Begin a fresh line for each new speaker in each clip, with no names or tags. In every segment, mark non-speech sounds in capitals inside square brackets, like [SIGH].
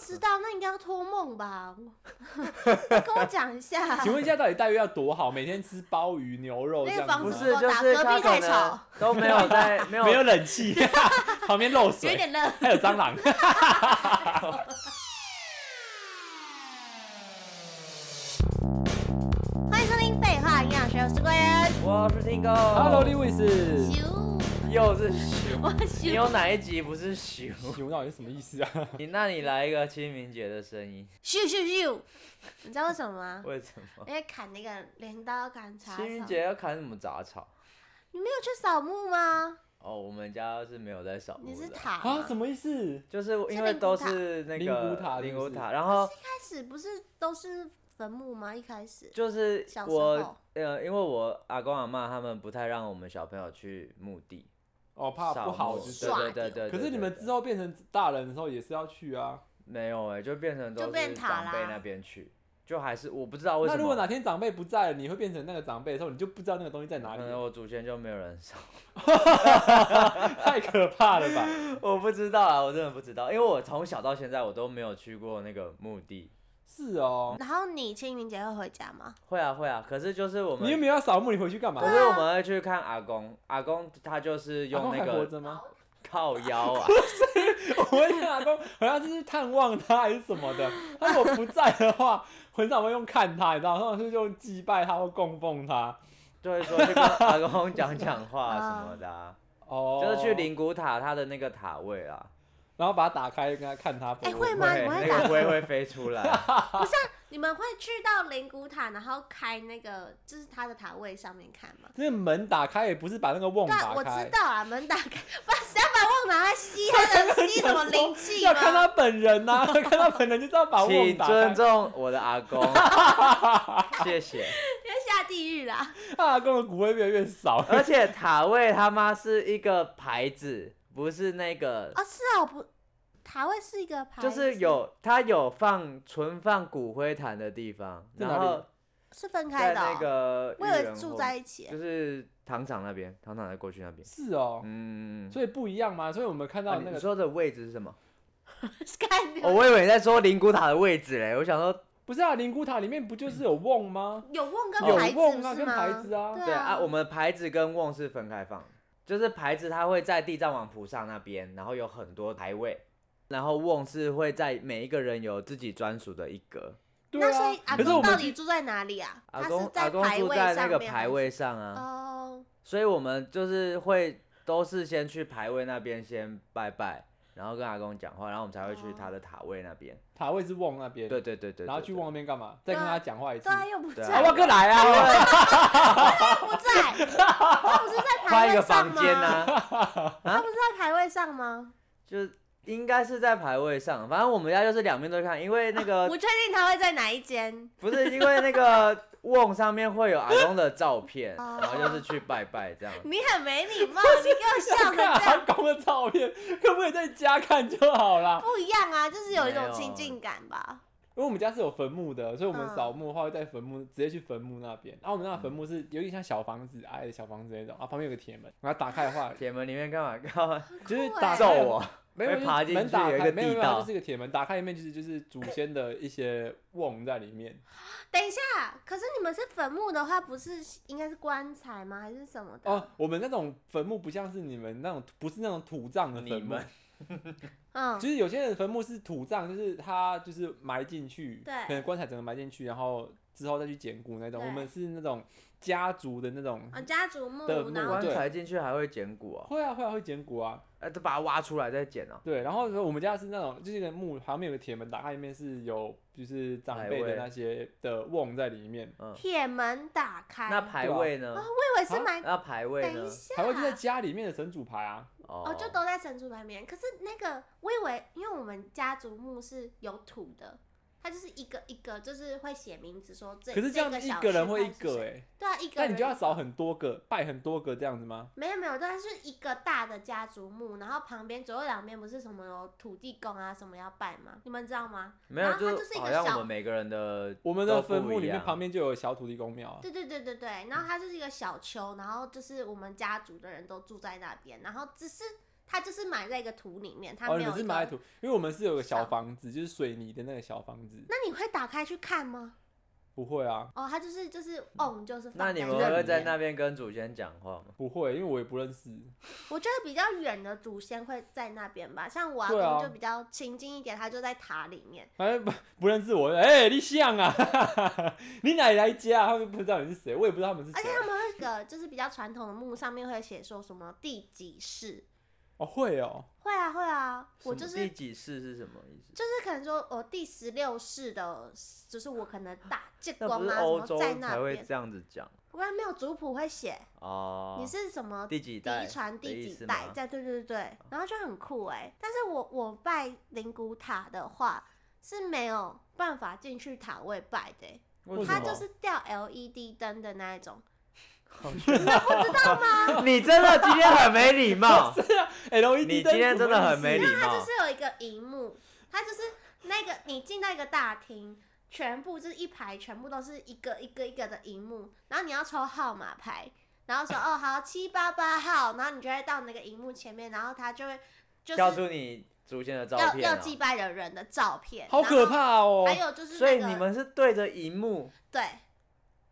知道，那应该要托梦吧？跟我讲一下。
[LAUGHS] 请问一下，到底待遇要多好？每天吃鲍鱼、牛肉这
那个
样
房
子
子
吗，
不
怎么
是就
打
是
隔
他
壁
可
太吵
能都没
[LAUGHS]
有在没有
没有冷气， [LAUGHS] 旁边漏
有
水，
点热。
还有
[LAUGHS]
蟑螂。
欢迎收听《废话营养学》，我是贵人。
我是听哥
[LAUGHS] Hello，李卫士。
咻，
又是熊，
我
你
咻
有哪一集不是熊？
熊到底是什么意思啊？
你那你来一个清明节的声音，
咻咻咻，你知道为什么吗？
为什么？
因为砍那个镰刀砍嗯茶草。
清明节要砍什么杂草？
你没有去扫墓吗？
哦，我们家是没有在扫墓
你
哦的
是，塔吗
啊，什么意思？
就是因为都是那
灵
个
骨塔
灵
是
骨
不是
塔，然后
一开始不是都是坟墓吗？一开始
就是
小时
我
候
呃，因为我阿公阿妈他们不太让我们小朋友去墓地，
哦，怕不好
扫墓
就。
就是刷
对对对对对。
可是你们
对
之后变成大人的时候也是要去啊。
没有哎、就变成都
就变
是
塔
长辈
啦
那边去，就还是我不知道为什
那
么。
如果哪天长辈不在了，你会变成那个长辈的时候，你就不知道那个东西在哪
可
里
能
了，
我祖先就没有人扫，
太可怕了吧？
[LAUGHS] 我不知道啊，我真的不知道，因为我从小到现在我都没有去过那个墓地。
是哦，
然后你清明节会回家吗？
会啊会啊，可是就是我
你又
们，
没有要扫墓，你回去干嘛
可？是我们会去看阿公，阿公他就是
阿公
用那
还活
个
着吗？
靠腰啊，
我问阿公，啊好像是去探望他还是什么的。他如果不在的话， [LAUGHS] 很少会用看他，你知道，通常是用祭拜他或供奉他。
就会说去跟阿公讲讲
[LAUGHS]
话什么的、啊，
哦，
就是去灵骨塔他的那个塔位啊，
然后把它打开，跟他看他。
哎会
会
吗你们
那
会
个
打
灰会飞
[LAUGHS]
出来，
你们会去到灵骨塔，然后开那个就是它的塔位上面看吗？
那门打开也不是把那个瓮
对啊，
打
我知
开，
道啊，门打开，不然谁要把瓮拿来吸？
[LAUGHS]
还能吸什么灵气
要看
吗？
他本人呐、要 [LAUGHS] 看他本人就知道把瓮
请
打
尊
开。
[LAUGHS]
啊
重我的
[LAUGHS]
阿公，谢谢。
要下地狱啦！
他阿公的骨灰越来越
[LAUGHS]
少，
而且塔位他妈是一个牌子，不是那个，
哦，是啊，我不，塔位是一个牌子，
就是有它有放存放骨灰坛的地方，
在哪里
然后
是分开
在
的、
那
哦。
个
我以
裕
为
仁
住
后
在一起，啊
就是糖厂那边，糖厂在过去那边，
是哦，
嗯，
所以不一样嘛。所以我们看
啊
到那
你
个
说的位置是什么？
[LAUGHS] 看
哦，我以为你在说灵骨塔的位置嘞，我想说，
不是啊，灵骨塔里面不就是有瓮吗？
有瓮跟
有
牌子
瓮啊，
不是
跟
吗？
牌子啊。
对
对啊，我们牌子跟瓮是分开放的，就是牌子它会在地藏王菩萨那边，然后有很多牌位，然后瓮是会在每一个人有自己专属的一格。
对
那
啊
所以，阿
可是我
公到
们
底住在哪里啊？
阿
他是
公阿公
牌
住
位
在那
上
个
面
牌
还是
位上啊，
哦，
所以我们就是会都是先去牌位那边先拜拜，然后跟阿公讲话，然后我们才会去
哦
他的塔位那边。
塔位是瓮那边，
对对对对，
然后
对
去
对
瓮那边干嘛？再跟
对啊
他讲话一次 [LAUGHS]
对。啊，又不
对啊
在，
阿旺哥来啊！
不在，
[LAUGHS]
他不是在牌
换一
位
个
上
房
吗？
间呐、
他不是在牌位上吗？
就应该是在牌位上，反正我们家就是两边都看，因为那个
不确定他会在哪一间。
不是因为那个瓮上面会有阿公的照片，
哦
然后就是去拜拜这样。
你很没礼貌，你给我笑成这
看阿
样，
公的照片，可不可以在家看就好啦？
不一样啊，就是有一
没
种
有
亲近感吧。
因为我们家是有坟墓的，所以我们
嗯
扫墓的话会在坟墓直接去坟墓那边。然后我们那个
嗯
坟墓是有点像小房子，矮的小房子那种，然后旁边有个铁门，然后打开的话
铁门里面干嘛干嘛
就是
酷
打
欸
开
揍我？
没有
会
就是
爬进去
门打
有一
开，
个
没有没
地
有，它
道
就是一个铁门，打开里面就是就是
[LAUGHS]
祖先的一些瓮在里面。
等一下，可是你们是坟墓的话，不是应该是棺材吗？还是什么的？
哦，我们那种坟墓不像是你们那种，不是那种土葬的
你
坟墓
们，
嗯，
就是有些人坟墓是土葬，就是他就是埋进去，
对
可能棺材整个埋进去，然后之后再去捡骨那种。
对
我们是那种家族的那种，
啊，家族墓
的，墓
然后
棺
对
材进去还会捡骨哦，
会啊会啊会捡骨啊，
哎，都把它挖出来再捡哦。
对。然后我们家是那种，就是一个墓旁边有个铁门，打开里面是有就是长辈
牌位
的那些的瓮在里面，
铁门打开，
那牌位呢？
啊我以为是埋。
那牌位
等
呢
一？下，
啊还会就在家里面的神主牌啊，
哦
哦，就都在神主牌面。可是那个，我以为，因为我们家族墓是有土的，它就是一个一个，就是会写名字说这。
可是这样
个
一
小
个人
区
会一
派是
个哎、
谁对啊，一个
那
人。
你就要找很多个拜很多个这样子吗？
没有没有，但是一个大的家族墓，然后旁边左右两边不是什么有土地公啊什么要拜吗？你们知道吗？
没有，
然后它就是一个
是好像
小
我们每个人的
我们的
都不
坟墓里
一
面
样
旁边就有小土地公庙啊，
对对对对对，然后它就是一个小丘，然后就是我们家族的人都住在那边，然后只是它就是埋在一个土里面，它
哦，
没
你
有
们
一个。
是埋土，因为我们是有个小
上
房子，就是水泥的那个小房子。
那你会打开去看吗？
不会啊，
哦，它就是就是 on 就是放
那你
在
们
那
会
里
在
面
那边跟祖先讲话吗？
不会，因为我也不认识。
我觉得比较远的祖先会在那边吧，像我阿
对啊
公就比较亲近一点，他就在塔里面。
哎，不不认识我，哎、你像啊， [LAUGHS] 你哪里来家、啊？他们不知道你是谁，我也不知道他们是啊
而且
谁。
他们那个就是比较传统的墓上面会写说什么第几世，
哦，会哦，
会啊会啊，我
什
就
么
是
第几世是什么意思？
就是可能说我第十六世的，就是我可能打借
那
光
不是
啊
欧
什
洲
么在
才
那
会
边，
这样子讲
不然没有族谱会写、
哦。
你是什么
第几代
嫡传
的
第
意
几
思
代
吗，哦
在对对对，然后就很酷哎、但是我我拜灵骨塔的话是没有办法进去塔位拜的、欸，
为什
它
么
就是吊 LED 灯的那一种。
你真的今天很没礼 [LAUGHS] 貌，
啊 LED
你
E 灯
今天
什么
真的很
意思
没礼
它
貌
就。是有一个荧幕，它就是那个你进到一个大厅，全部就是一排，全部都是一个一个一个的荧幕，然后你要抽号码牌，然后说哦好七八八号，然后你就会到那个荧幕前面，然后它就会就
交
是
出你祖先的照
要
片
要
啊。
祭拜的人的照片，
好
然后
可怕哦！
还有就是、那个，
所以你们是对着荧幕，
对，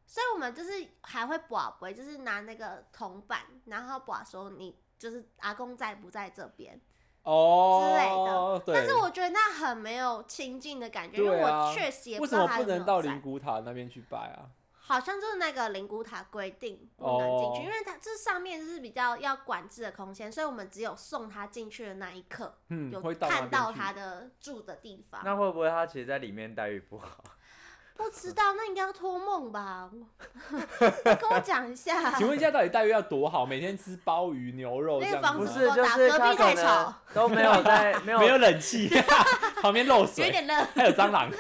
所以我们就是还会卜卦，啊就是拿那个铜板，然后卜说你就是阿公在不在这边。
哦
但是
对，
我觉得那很没有亲近的感觉，因
对
为
啊
我确实也
为
知
什
道
么
他
不
有没有
能到
在
灵骨塔那边去拜啊？
好像就是那个灵骨塔规定不能进去，
哦
因为它这上面是比较要管制的空间，所以我们只有送他进去的那一刻，
嗯，
有
会
看到
到
他
那边去。
的住的地方。
那会不会他其实在里面待遇不
啊
好？
不知道，那应该要托梦吧？我你跟我讲一下。
请问一下，到底待遇要多好？每天吃鲍鱼、牛肉这
那个
样
房
子
子
不
吗
是，
我
就
打
是
隔
他
壁太
可能
吵
都没有
[LAUGHS]
在没有
没有冷气，旁边漏
有一
水，
点热，
还有
[LAUGHS]
蟑螂。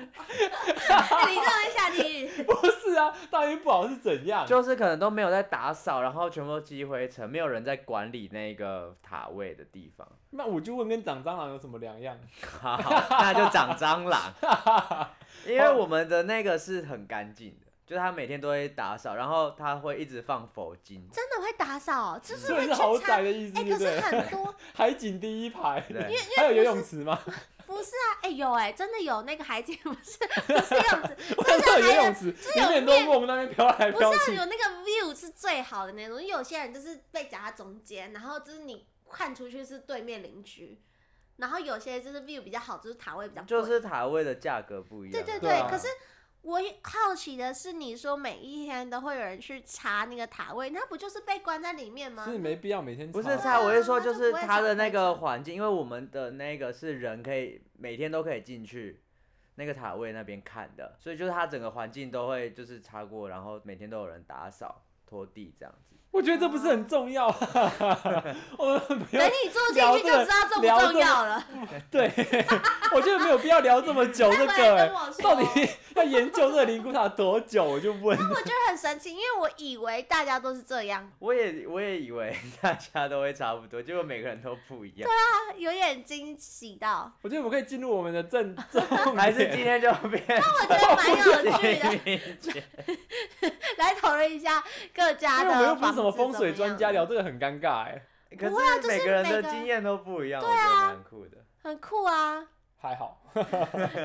你这样下地
[LAUGHS]
狱。
不是啊，待遇不好是怎样？
就是可能都没有在打扫，然后全部都积灰尘，没有人在管理那个塔位的地
[LAUGHS]
方，
那我就问，跟长蟑螂有什么两
[LAUGHS]
样？
好那就长
[LAUGHS]
蟑螂。因为我们的那个是很干净的，就是他每天都会打扫，然后他会一直放佛经，
真的会打扫，哦就是
所
会
以
去
是豪
查。
宅的意思，
哎、
对
可
不
是
对？
很多
海景第一排，
对，
还有游泳池吗？
不是啊，哎、有哎、真的有那个海景，不是不是样子，
我
真
知道
的
游
还有
泳池，
有
永远都梦那边飘来
不
飘
是啊
去。
有那个 view 是最好的那种，有些人就是被夹在中间，然后就是你看出去是对面邻居，然后有些就是 view 比较好，就是塔位比较贵。
就是塔位的价格不一样。
对对
对
对，
啊
可是我也好奇的是，你说每一天都会有人去查那个塔位，那不就是被关在里面吗？
是没必要每天
不是
吵
差
菜，我是说
它
就
就是不会
它的
长
那
灰
个
尘
环境，因为我们的那个是人可以每天都可以进去那个塔位那边看的，所以就是它整个环境都会就是擦过，然后每天都有人打扫拖地这样子。
我觉得这不是很重
[LAUGHS]
要，我们不
等
用
你坐进
聊
去就
这个
知道重不
聊
重
这个
要了。
对， [LAUGHS] 我觉得没有必要聊这么久
[LAUGHS]
这
他回
个、
来
哎
跟我说，
到底 [LAUGHS] 要研究这个灵骨塔多久？我就问，
我觉得很神奇，因为我以为大家都是这样，
我也我也以为 [LAUGHS] 大家都会差不多，结果每个人都不一样，
啊有点惊喜到， [LAUGHS]
我觉得我们可以进入我们的正重点，
啊
还是今天就
[LAUGHS]
变
我觉得蛮有趣的。
清明节
[LAUGHS] 来讨论一下各家
因
的
为我们又不
房
是
子
什么风水专家，
怎么样
聊这个很尴尬哎、
[LAUGHS] 可
不会啊
是
就是
每个人的
每个啊
经验都不一样，我觉得蛮酷
[LAUGHS]
的。
很酷啊！
还好，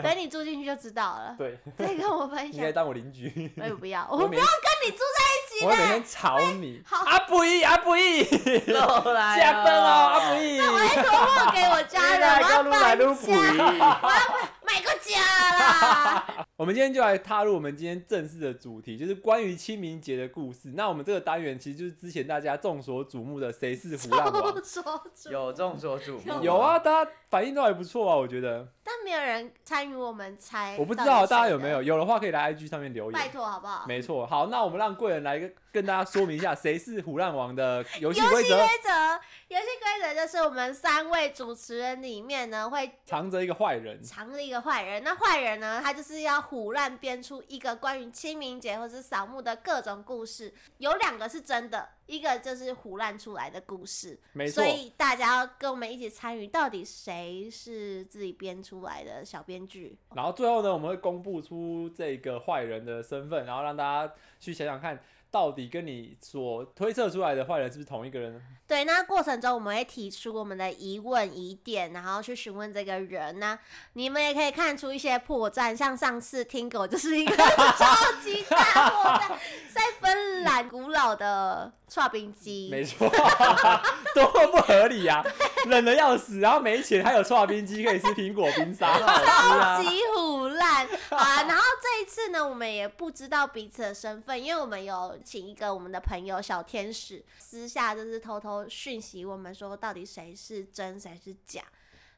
等你住进去就知道了。 [LAUGHS]
对，
再跟我分
你
享
可以，当我邻居，
我也不要，
[LAUGHS] 我
我不
每
要
天
跟你住在一起
我会每
啦。哎
天吵你，
好
阿不一阿不一，
[LAUGHS] 又
哎
来
加分哦阿
了
不
[LAUGHS]
一，
我会托梦给我 [LAUGHS] 家人，
[LAUGHS]
现在
我要
刚录来
搬
录补
家， [LAUGHS]
一。
买个家啦。
我们今天就来踏入我们今天正式的主题，就是关于清明节的故事。那我们这个单元其实就是之前大家众所瞩目的“谁是胡烂
[LAUGHS]
王
众所瞩目，
有众所瞩目，”。
有啊，大家反应都还不错啊，我觉得。
但没有人参与我们猜，
我不知道大家有没有，，有的话可以来 IG 上面留
啊拜
言。
托好不好？
没错，好，那我们让贵人来跟跟大家说明一下谁是胡烂王的游戏
游
规
戏
则
规，则，游戏规则就是我们三位主持人里面呢，会
藏着一个坏人。
藏着一个坏人。那坏人呢，他就是要胡乱编出一个关于清明节或是扫墓的各种故事，有两个是真的，一个就是胡乱出来的故事。
没错
所，以大家要跟我们一起参与，到底谁是自己编出来的小编剧？
然后最后呢，我们会公布出这个坏人的身份，然后让大家去想想看，到底跟你所推测出来的坏人是不是同一个人呢？
对，那过程中我们会提出我们的疑问疑点，然后去询问这个人那你们也可以看出一些破绽，像上次听狗就是一个 [LAUGHS] 超级大破绽，在芬兰古老的 [LAUGHS] 刨冰
没
机。
错， [LAUGHS] 多么不合理呀、冷的要死，然后没钱，还有搓冰机可以吃苹果 [LAUGHS] 冰
[LAUGHS]
沙，
好吃啊
超级虎烂好啊！然后这一次呢，我们也不知道彼此的身份，因为我们有请一个我们的朋友小天使，私下就是偷偷讯息我们说到底谁是真谁是假，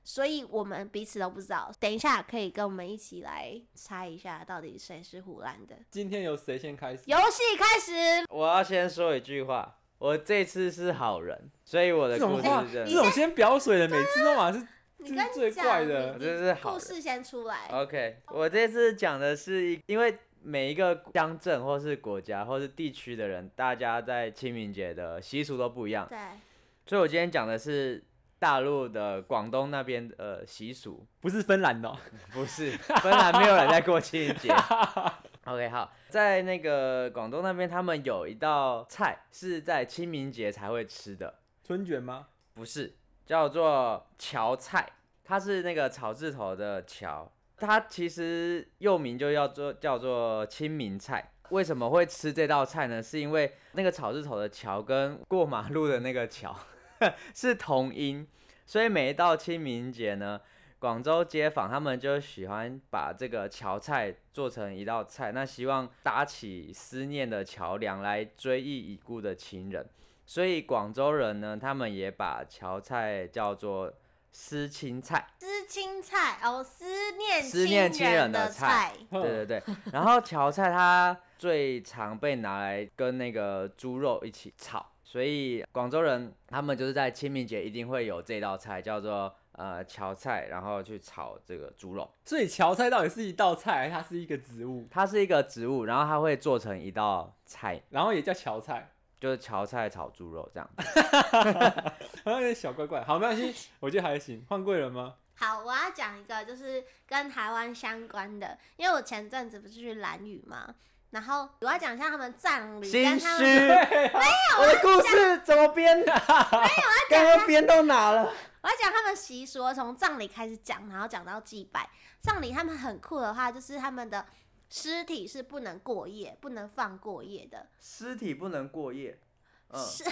所以我们彼此都不知道。等一下可以跟我们一起来猜一下到底谁是虎烂的。
今天由谁先开始？
游戏开始，
我要先说一句话，我这次是好人，所以我的
这
故
种
事
话，
是
这
这样。
种先表水的，每次都嘛是
啊你
这
跟
是最
你
怪
讲，
的
你，
这是
你
好
故
人
事先出来。
OK，我这次讲的是一，因为每一个乡镇或是国家或是地区的人，大家在清明节的习俗都不一样，
对，
所以我今天讲的是大陆的广东那边的呃习俗。
不是芬兰的哦、
不是，
[LAUGHS]
芬兰没有人在过清明节。OK，好，在那个广东那边，他们有一道菜是在清明节才会吃的，
春卷吗？
不是叫做荞菜，它是那个草字头的荞，它其实又名就叫做叫做清明菜。为什么会吃这道菜呢？是因为那个草字头的桥跟过马路的那个桥 [LAUGHS] 是同音，所以每一到清明节呢，广州街坊他们就喜欢把这个桥菜做成一道菜，那希望搭起思念的桥梁来追忆已故的情人。所以广州人呢，他们也把桥菜叫做思亲菜。
思青菜哦，思念
思念亲人的
的
菜
哦
对对对，然后荞菜它最常被拿来跟那个猪肉一起炒，所以广州人他们就是在清明节一定会有这道菜，叫做呃荞菜，然后去炒这个猪肉。
所以荞菜到底是一道菜，还是它是一个植物？
它是一个植物，然后它会做成一道菜，
然后也叫荞菜，
就是荞菜炒猪肉这样。
好像有点小怪怪。好，没关系，我觉得还行。换贵人吗？
好，我要讲一个就是跟台湾相关的，因为我前阵子不是去兰屿嘛，然后我要讲一下他们藏旅
心
跟他
虚
们，，
我的故事怎么编的？刚刚编到哪了？
[LAUGHS] 我要讲他们习俗，从葬礼开始讲，然后讲到祭拜。葬礼他们很酷的话，就是他们的尸体是不能过夜，不能放过夜的， [LAUGHS]
尸体不能过夜。嗯，
是、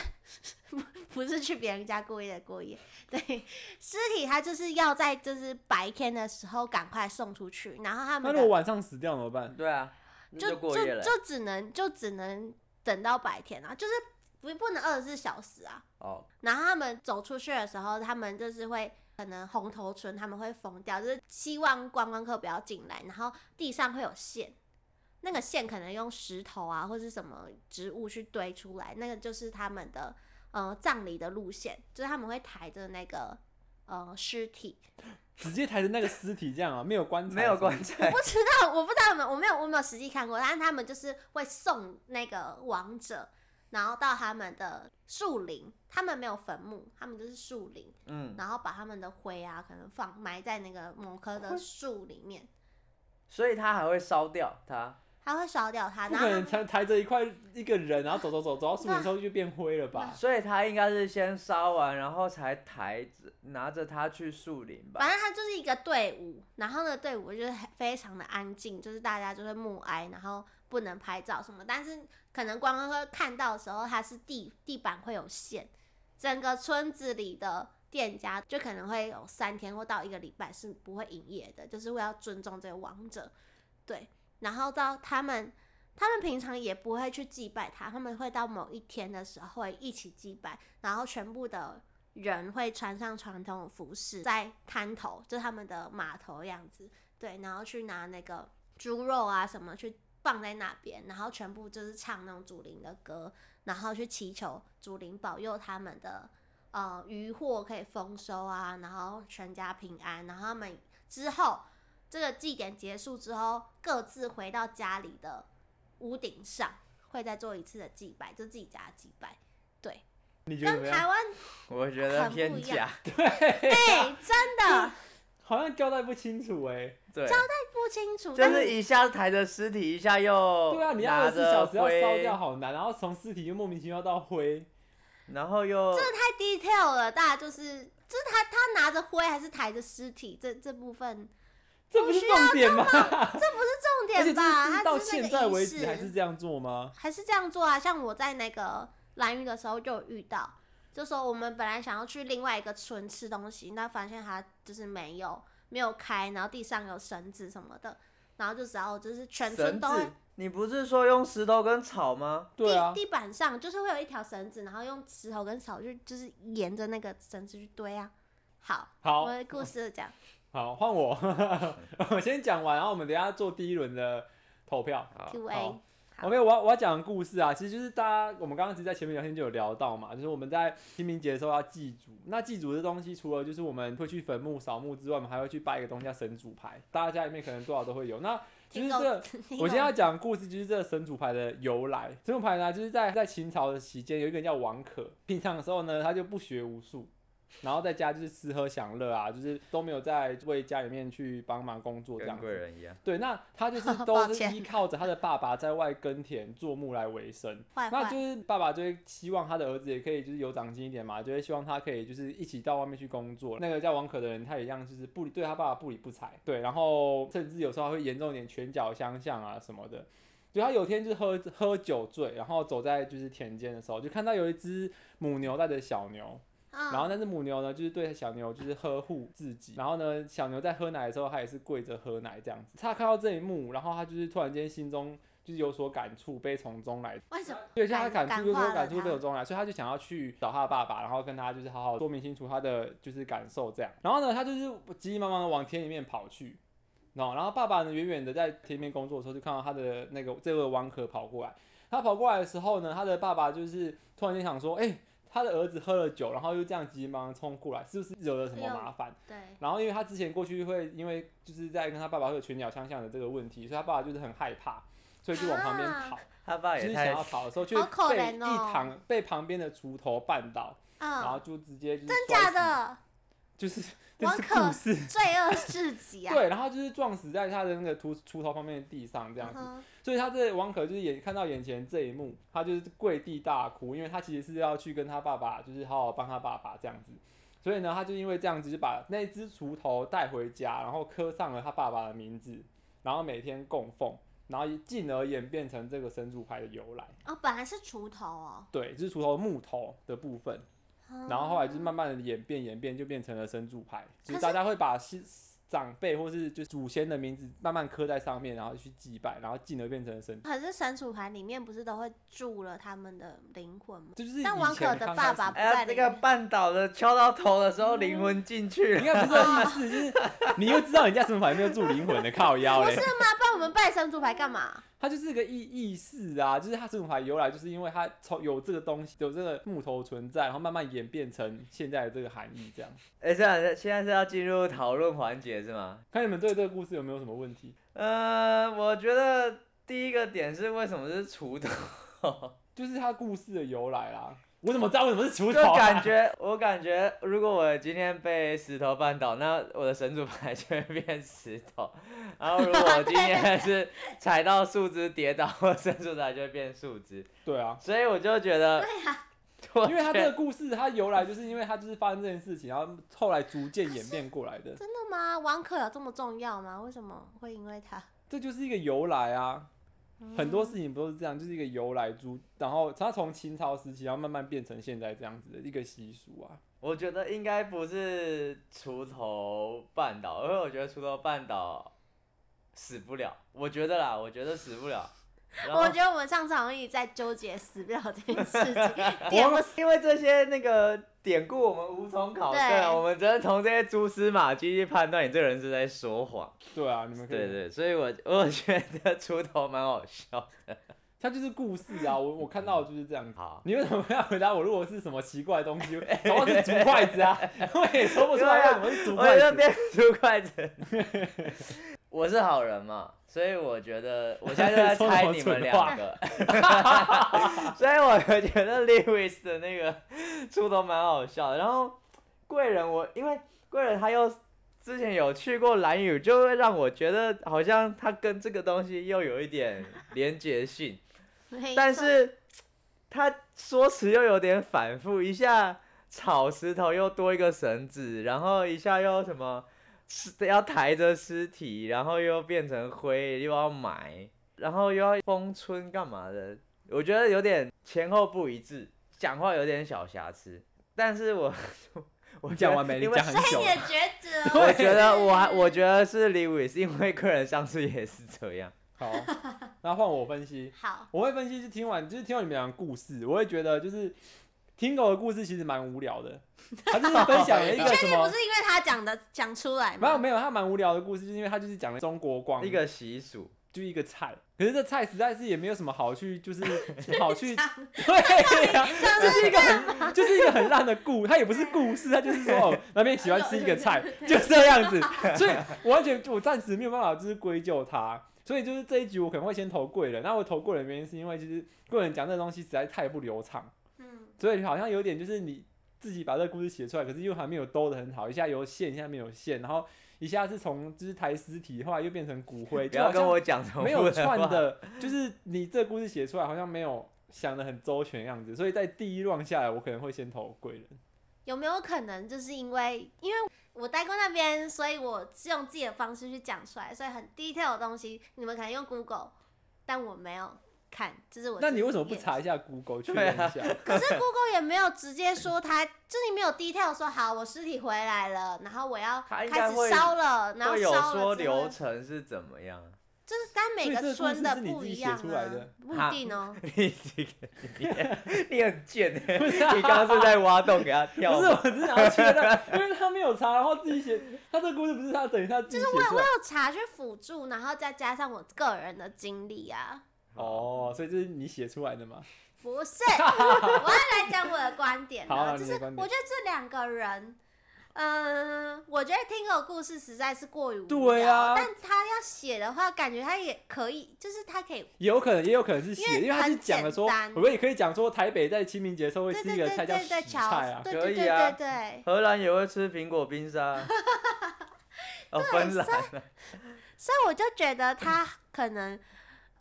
不是去别人家过夜的 [LAUGHS] 过夜？对，尸体他就是要在就是白天的时候赶快送出去，然后他
那
们
如果
的
晚上死掉怎么办？
对啊，那
就
过夜
就
了。
就只能就只能等到白天啊，就是不不能二十四小时啊。
哦，
然后他们走出去的时候，他们就是会可能红头村他们会疯掉，就是希望观光客不要进来，然后地上会有线，那个线可能用石头啊或是什么植物去堆出来，那个就是他们的呃葬礼的路线，就是他们会抬着那个呃尸体。
直接抬着那个尸体这样啊，没有棺材，
没有棺。
[LAUGHS]
材
不。知道，我不知道有没有，我没有，我没有实际看过，但是他们就是会送那个王者，然后到他们的树林，他们没有坟墓，他们就是树林。
嗯，
然后把他们的灰啊，可能放埋在那个某棵的树里面，
所以他还会烧掉它。
他会烧掉它，
不
然
可
后
能
他们
抬抬着一块一个人，然后走走走走到树林之后就变灰了吧？
所以他应该是先烧完，然后才抬着拿着它去树林吧。
反正它就是一个队伍，然后呢队伍就是很非常的安静，就是大家就是默哀，然后不能拍照什么，但是可能观光客看到的时候，它是地地板会有线，整个村子里的。店家就可能会有三天或到一个礼拜是不会营业的，就是为了尊重这个王者，对。然后到他们他们平常也不会去祭拜他，他们会到某一天的时候会一起祭拜，然后全部的人会穿上传统服饰，在滩头，就是他们的码头的样子，对，然后去拿那个猪肉啊什么去放在那边，然后全部就是唱那种祖灵的歌，然后去祈求祖灵保佑他们的呃渔获可以丰收啊，然后全家平安，然后他们之后这个祭典结束之后，各自回到家里的屋顶上，会再做一次的祭拜，就自己家的祭拜。对，
你觉得怎
跟
么
台
样？
湾
我觉得
很不
偏
一样
假， [LAUGHS]
哎、真的
好像交代不清楚哎、
对，
不不清楚，
就
但
是一下抬着尸体，一下又
对啊，你要
拿
二十四
着
小时要烧
灰，
掉好难，然后从尸体又莫名其妙到灰，
然后又
这太 detail 了，大家就是就是他他拿着灰还是抬着尸体，这这部分
这不是重点吗？
重
[LAUGHS] 而且
点
这
吧，
是
他
到
只是
现
那
在
个仪
为
式
止还是这样做吗？
还是这样做啊。像我在那个蓝屿的时候就有遇到，就说我们本来想要去另外一个村吃东西，那发现他就是没有没有开，然后地上有绳子什么的，然后就只要就是全村
绳
都
子
会。
你不是说用石头跟草吗？
对啊
地，地板上就是会有一条绳子，然后用石头跟草去，就是沿着那个绳子去堆啊。好，
好
我的故事就这样。
好，换我， [LAUGHS] 我先讲完，然后我们等一下做第一轮的投票。
好，
Q
好
A，好
哦 OK，我要我要讲的故事啊，其实就是大家我们刚刚其实在前面聊天就有聊到嘛，就是我们在清明节的时候要祭祖。那祭祖这东西，除了就是我们会去坟墓扫墓之外，我们还会去拜一个东西叫神主牌，大家家里面可能多少都会有。那其实
听
这
众 [LAUGHS]
个，
听哦
我
众
现在要讲的故事，就是这个神主牌的由来。神主牌呢，就是在在秦朝的期间，有一个人叫王可，平常的时候呢，他就不学无术，然后在家就是吃喝享乐啊，就是都没有在为家里面去帮忙工作这
跟
样子
贵。人一样，
对，那他
[LAUGHS]
就是
抱
都是
歉
依靠着他的爸爸在外耕田做牧来为生。
坏
那就
坏，
是爸爸就会希望他的儿子也可以就是有长进一点嘛，就会希望他可以就是一起到外面去工作。那个叫王可的人，他也一样就是不理对他爸爸不理不睬，对，然后甚至有时候还会严重一点拳脚相向啊什么的。就他有天就是喝喝酒醉，然后走在就是田间的时候，就看到有一只母牛带着小牛，
嗯，
然后那只母牛呢，就是对小牛就是呵护自己，然后呢，小牛在喝奶的时候，它也是跪着喝奶这样子。他看到这一幕，然后他就是突然间心中就是有所感触，悲从中来。
为
[LAUGHS]
什么？
对，像他
感
感触有
感化
所
了
感触，
他
悲从中来，所以他就想要去找他的爸爸，然后跟他就是好好说明清楚他的就是感受这样。然后呢，他就是急急忙忙的往田里面跑去。然后，然后爸爸呢，远远的在田里面工作的时候，就看到他的那个这位王可跑过来。他跑过来的时候呢，他的爸爸就是突然间想说，哎、他的儿子喝了酒，然后又这样急忙地冲过来，是不是惹了
哎
什么麻烦？
对，
然后因为他之前过去会因为就是在跟他爸爸会有拳脚相向的这个问题，所以他爸爸就是很害怕，所以就往旁边
啊
跑。
他爸
就
也
是想
太
要跑的时候，就
好可
被
怜
一
哦
旁被旁边的锄头绊倒，然后
嗯，
就直接就是
真假
摔死，
的
就是 [LAUGHS] 这
王
是
可
故事。
罪恶至极啊！
对，然后就是撞死在他的那个锄锄头旁边的地上，这样
嗯
子。
哼，
所以他这王可就是眼看到眼前这一幕，他就是跪地大哭，因为他其实是要去跟他爸爸，就是好好帮他爸爸这样子。所以呢，他就因为这样子就把那只锄头带回家，然后刻上了他爸爸的名字，然后每天供奉，然后进而演变成这个神主牌的由来。
哦，本来是锄头哦，
对，就是锄头木头的部分，
嗯
然后后来就是慢慢的演变演变，就变成了神主牌，
可
就是
是
大家会把先长辈或是就是祖先的名字慢慢刻在上面，然后去祭拜，然后进而变成神
可是神主牌里面不是都会住了他们的灵魂吗？ [LAUGHS]
这就是以
但王
前
可的
刚
爸
开始
爸
哎呀，
在
这
里
个
面嗯
绊倒的敲到头的时候，灵魂进去
应
了。
该不是这个意思，就是 [LAUGHS] 你又知道人家神主牌有没有住灵魂的靠腰
不
嘞
是，吗？不然我们拜神主牌干嘛？
它就是个意意识啊，就是它神主牌由来就是因为它从有这个东西有这个木头存在，然后慢慢演变成现在的这个含义这样。
哎，这样现在是要进入讨论环节是吗？
看你们对这个故事有没有什么问题？
呃，我觉得第一个点是为什么是锄头， [LAUGHS]
就是它故事的由来啦。我怎么知道为什么是锄
就
头、啊？
感觉我感觉如果我今天被石头绊倒，那我的神主牌就会变石头，然后如果我今天是踩到树枝跌倒，我的神主牌就会变树枝，
[LAUGHS] 对啊，
所以我就觉得， [LAUGHS]
对啊，
我
因为它
觉
这
得
个故事它由来就是因为它就是发生这件事情，然后后来逐渐演变过来的，
真的吗？王可有这么重要吗？为什么会因为他？嗯
这就是一个由来啊。
嗯
很多事情不都是这样，就是一个由来猪，然后它从秦朝时期，然后慢慢变成现在这样子的一个习俗啊。
我觉得应该不是锄头绊倒，因为我觉得锄头绊倒死不了。我觉得啦，我觉得死不
[LAUGHS]
了。然后
我觉得我们上次好像一直在纠结死不了这件事情，
[LAUGHS]
点不
们因为这些那个典故，我们无从考证啊，
对
我们只能从这些蛛丝马迹去判断你这个人是在说谎。
对啊，
嗯
你们可以，
对对，所以我我觉得锄头蛮好笑。
它就是故事啊。我我看到的就是这样
[LAUGHS]
子。
好，
你为什么要回答我？如果是什么奇怪的东西，然后是竹筷子
[LAUGHS]
啊， [LAUGHS] 我也说不出来为什么是竹
我
筷
就
子。
变出筷子。我是好人嘛，所以我觉得我现在就在猜你们两个，所以我觉得 Lewis 的那个出头蛮好笑的。然后贵人我因为贵人他又之前有去过蓝屿，就会让我觉得好像它跟这个东西又有一点连结性，
没
但
错
是它说辞又有点反复，一下炒石头又多一个绳子，然后一下又什么尸要抬着尸体，然后又变成灰，又要埋，然后又要封村干嘛的？我觉得有点前后不一致，讲话有点小瑕疵。但是我 [LAUGHS] 我
你
觉得
讲完没？你
因为
讲很
所
久
以你
了
的。抉
[LAUGHS]
择，
[LAUGHS] 我觉得我还我觉得是 Lewis，因为个人上次也是
[LAUGHS]
这样。
好，那换我分析。
好，
我会分析是听完，就是听完你们讲故事，我会觉得就是听狗的故事其实蛮无聊
[LAUGHS]
的，他就是分享了一
你
个
确
什
定不
么？
是因为他讲的讲出来
没有
吗？
没有，他蛮无聊的故事，就是因为他就是讲了中国广
[LAUGHS] 一个习俗，
就一个菜，可是这菜实在是也没有什么好去，就是
[LAUGHS]
好去
讲
对呀、
讲
这
这
是一个很就是一个很烂的故，它也不是故事，它就是说哦那边喜欢吃一个菜，就这样
[LAUGHS]
子，所以我完全我暂时没有办法就是归咎他。所以就是这一局我可能会先投贵人，那我投贵人的原因是因为就是贵人讲这东西实在太不流畅，
嗯，
所以好像有点就是你自己把这个故事写出来，可是又还没有兜得很好，一下有线，一下没有线，然后一下是从就是抬尸体，后来又变成骨灰，
不
就好
要
像
跟我讲什么
没有串
话。
的，就是你这故事写出来好像没有想的很周全的样子，所以在第一 round 下来，我可能会先投贵人。
有没有可能就是因为因为我待过那边，所以我是用自己的方式去讲出来，所以很 detail 的东西，你们可能用 Google，但我没有看，这是我。
那你为什么不查？一下 Google 确
对
认
啊
一
[LAUGHS]
下？
可是 Google 也没有直接说他，这里没有 detail 说好，我尸体回来了，然后我要
他
开
应该
始
会
烧了，然后
会有
烧
说
了之后
流，程是怎么样？ [LAUGHS]
就是但每
所以这
个
个
村
故事
的
是你
不
自己
一
写
样
出来
啊
的，
不
哈
一定哦。
你这个
[LAUGHS]
你你很贱哎、你刚刚是在挖洞
[LAUGHS]
给他跳
不是，
吗？
我只是想要确认，因为他没有查，然后自己写，他这故事不是他等于他自己写出来。
要查去辅助，然后再加上我个人的经历啊，
哦，所以这是你写出来的嘛？
不
[LAUGHS]
是，我要来讲我的观点
好
了，
啊
就
你
是
的
我觉
观点
得这两个人，嗯、我觉得听狗故事实在是过于无
对
聊
啊
但他要写的话，感觉他也可以，就是他可以，
也有可能，也有可能是写，
因为
因为他是
很
讲了
简
说，
单
我们也可以讲说，台北在清明节的时候会
对
吃
对
一个
对
菜
对
叫
对，
洗菜
乔
啊，
对
可
对
以
对
啊
对对，
荷兰也会吃苹果冰
[LAUGHS]
沙，哦，芬兰
所以我就觉
嗯
得他可能。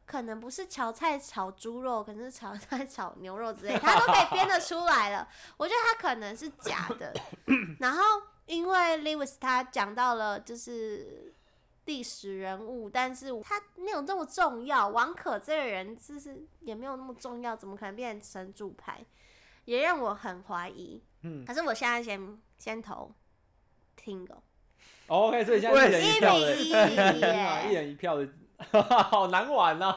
可能不是炒菜炒猪肉，可能是炒菜 [LAUGHS] 炒牛肉之类，他都可以编得出来了。我觉得他可能是假的。 [COUGHS] 然后因为 Lewis 他讲到了就是历史人物，但是他没有这么重要。王可这个人就是也没有那么重要，怎么可能变成神主牌？也让我很怀疑。
嗯
可是我现在先先投 Tingo，
哦 OK，所以现在是
为
一人
一
一票的，
比一
啊一
耶。
人一票的，好难玩啊！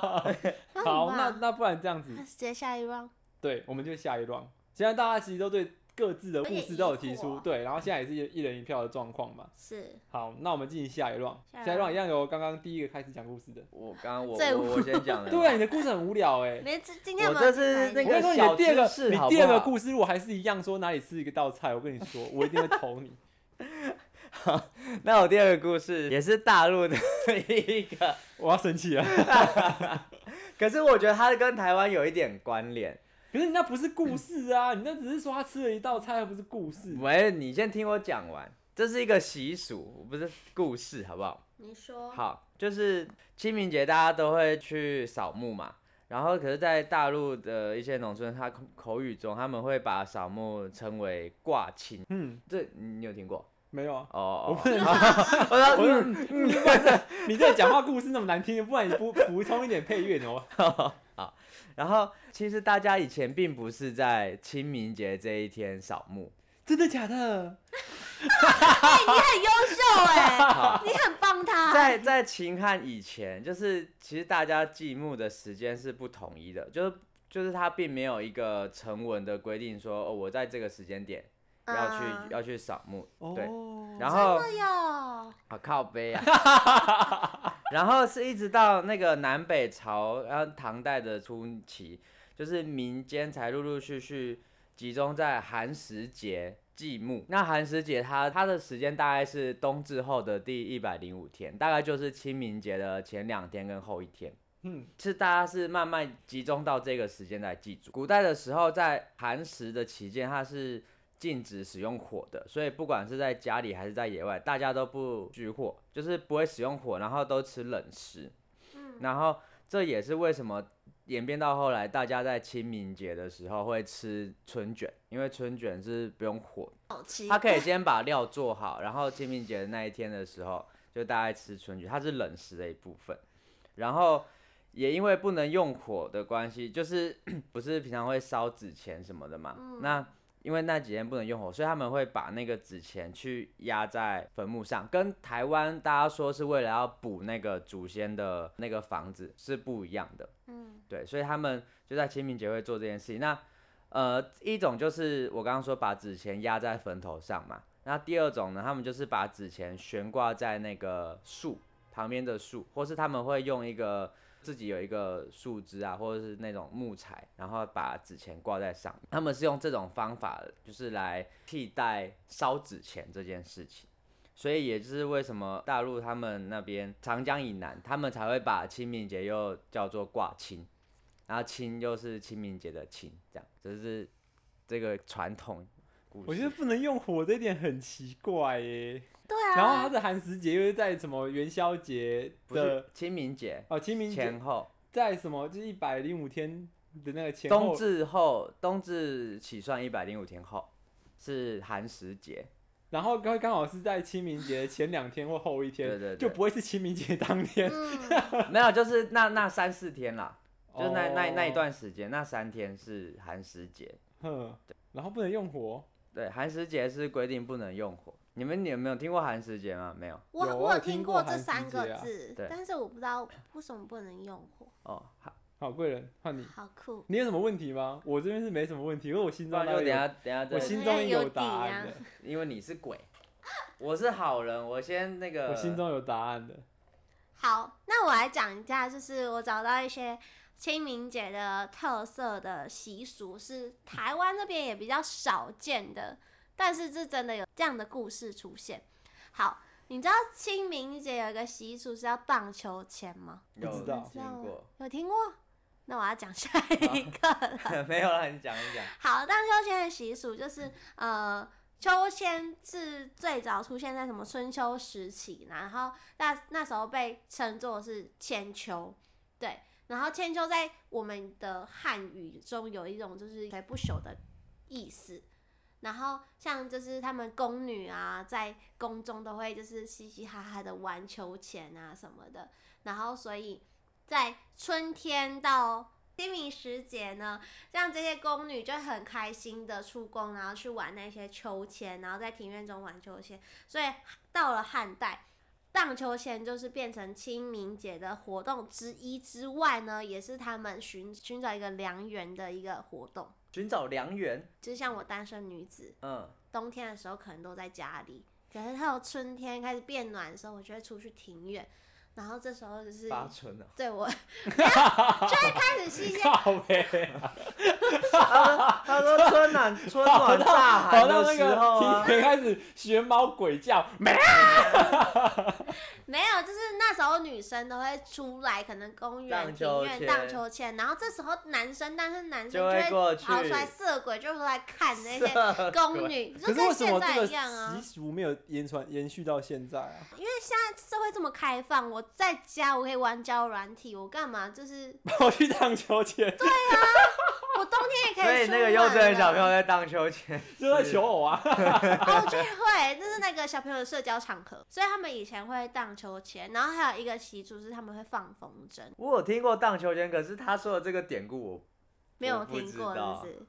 [LAUGHS] 好，那那不然这样子，
那直接下一 round。
对，我们就下一 round。现在大家其实都对各自的
有
故
点
事
疑
都有提
惑
出，
啊
对，然后现在也是一一人一票的状况嘛。
是
好，那我们进行下一 round，
下一
下一
round
round 一样由刚刚第一个开始讲故事的。
我刚刚我
最
我我先讲了，
对啊，你的故事很无聊哎、
没这今天
我
有没
这
有
是
进来
那
我
一
个
跟你说，你的第二
小知识
个，你
好不
第二个
好
故事，我还是一样说哪里吃一个道菜。我跟你说，我一定会投你。
那我第二个故事也是大
[LAUGHS]
陆的一个，
我要生气了。啊
可是我觉得它跟台湾有一点关联。
[LAUGHS] 可是你那不是故事啊，你那只是说他吃了一道菜，又不是故事。
喂，你先听我讲完，这是一个习俗，不是故事，好不好？
你说
好，就是清明节大家都会去扫墓嘛，然后可是，在大陆的一些农村，它口口语中他们会把扫墓称为挂青，
嗯，
这你有听过？
没有啊。
哦，
我
哦
不能，
[LAUGHS] 我说
我嗯嗯，不然这 [LAUGHS] 你这讲话故事那么难听，不然你补补充一点配乐哦。
然后其实大家以前并不是在清明节这一天扫墓，
[LAUGHS] 真的假的？
哎你很优秀哎、
好
你很帮他。
在在秦汉以前，就是其实大家祭墓的时间是不统一的，就是就是它并没有一个成文的规定说，哦，我在这个时间点要去、
啊
嗯
要去扫墓，对，
哦，
然后
哎呦，
啊靠背啊，然后是一直到那个南北朝，然后唐代的初期，就是民间才陆陆续续集中在寒食节祭墓。那寒食节它它的时间大概是冬至后的第一百零五天，大概就是清明节的前两天跟后一天。
嗯，
是大家是慢慢集中到这个时间来记住。古代的时候，在寒食的期间，它是禁止使用火的，所以不管是在家里还是在野外，大家都不举火，就是不会使用火，然后都吃冷食。
嗯，
然后这也是为什么演变到后来，大家在清明节的时候会吃春卷，因为春卷是不用火
好奇
他可以先把料做好，然后清明节的那一天的时候，就大概吃春卷，它是冷食的一部分。然后也因为不能用火的关系，就是 [COUGHS] 不是平常会烧纸钱什么的嘛？
嗯
那因为那几天不能用火，所以他们会把那个纸钱去压在坟墓上，跟台湾大家说是为了要补那个祖先的那个房子是不一样的。
嗯
对，所以他们就在清明节会做这件事情。那呃，一种就是我刚刚说把纸钱压在坟头上嘛，那第二种呢，他们就是把纸钱悬挂在那个树旁边的树，或是他们会用一个自己有一个树枝啊，或者是那种木材，然后把纸钱挂在上面。他们是用这种方法，就是来替代烧纸钱这件事情。所以也就是为什么大陆他们那边长江以南，他们才会把清明节又叫做挂清，然后清又是清明节的清，这样这是这个传统故事。
我觉得不能用火这一点很奇怪耶。
对啊，
然后它的寒食节又是在什么元宵节
不是
的
清明节
哦，清明节
前后，
在什么就是一百零五天的那个前
冬
后，
至后，冬至起算一百零五天后是寒食节，
然后刚刚好是在清明节前两天或后一天，
对对对
就不会是清明节当天，
嗯，
[LAUGHS] 没有就是那那三四天啦，就是那那那一
哦，
段时间，那三天是寒食节。
哦哼，然后不能用火，
对，寒食节是规定不能用火。你们你们没有听过寒食节吗？没有
我
有
我
我
有
有
听
听
过
过
这
寒食
三
节
个
啊
字，
对
但是我不知道为什么不能用火，
哦。好
好，贵人换你，
好酷。
你有什么问题吗？我这边是没什么问题，因为我心
不
中
然
大概
就等一
有
下等一下
我
再，
心
大概
中
有
有答
底啊
案的，
因为你是鬼，我是好人，我先那个。
我心中有答案的。
好，那我来讲一下，就是我找到一些清明节的特色的习俗，是台湾那边也比较少见的，但是是真的有这样的故事出现。好，你知道清明节有一个习俗是叫荡秋千吗？
有
不知道
听
吗
过，
有听过？那我要讲下一个了。
[LAUGHS] 没有啦，你讲一讲。
好，荡秋千的习俗就是，呃，秋千是最早出现在什么春秋时期，然后那那时候被称作是千秋，对，然后千秋在我们的汉语中有一种就是才不朽的意思。然后像就是他们宫女啊，在宫中都会就是嘻嘻哈哈的玩秋千啊什么的，然后所以在春天到清明时节呢，让这些宫女就很开心的出宫，然后去玩那些秋千，然后在庭院中玩秋千。所以到了汉代，荡秋千就是变成清明节的活动之一之外呢，也是他们寻寻找一个良缘的一个活动。
寻找良缘，
就像我单身女子，
嗯，
冬天的时候可能都在家里，可是到春天开始变暖的时候，我就会出去庭院，然后这时候就是
发春
啊
了。
对我，就会开始吸一些
靠呗，
他说春暖春暖乍
跑
寒
到
的
那
时候
个
啊
庭，园开始学猫鬼叫，没
没有，就是那时候女生都会出来，可能公园、
荡
庭
秋
院
千
荡秋千，然后这时候男生，但是男生
就会过去
跑出来色鬼，就会来看那些
色
宫
鬼
女，就
可是为
跟
什么
现
这
在
个
一样啊
习。俗没有延传延续到现在啊？ [LAUGHS]
因为现在社会这么开放，我在家我可以玩交友软体，我干嘛？就是 [LAUGHS]
跑去荡秋千，
啊我冬天也
所
可
以
出啊
那
门
个幼稚园小朋友
了
在荡秋千，
就在求偶啊。
哦，聚会就是那个小朋友的社交场合，所以他们以前会荡秋千，然后还有一个习俗是他们会放风筝，
我有听过荡秋千，可是他说的这个典故我
没有
我不
听
知
过，是
道
不是？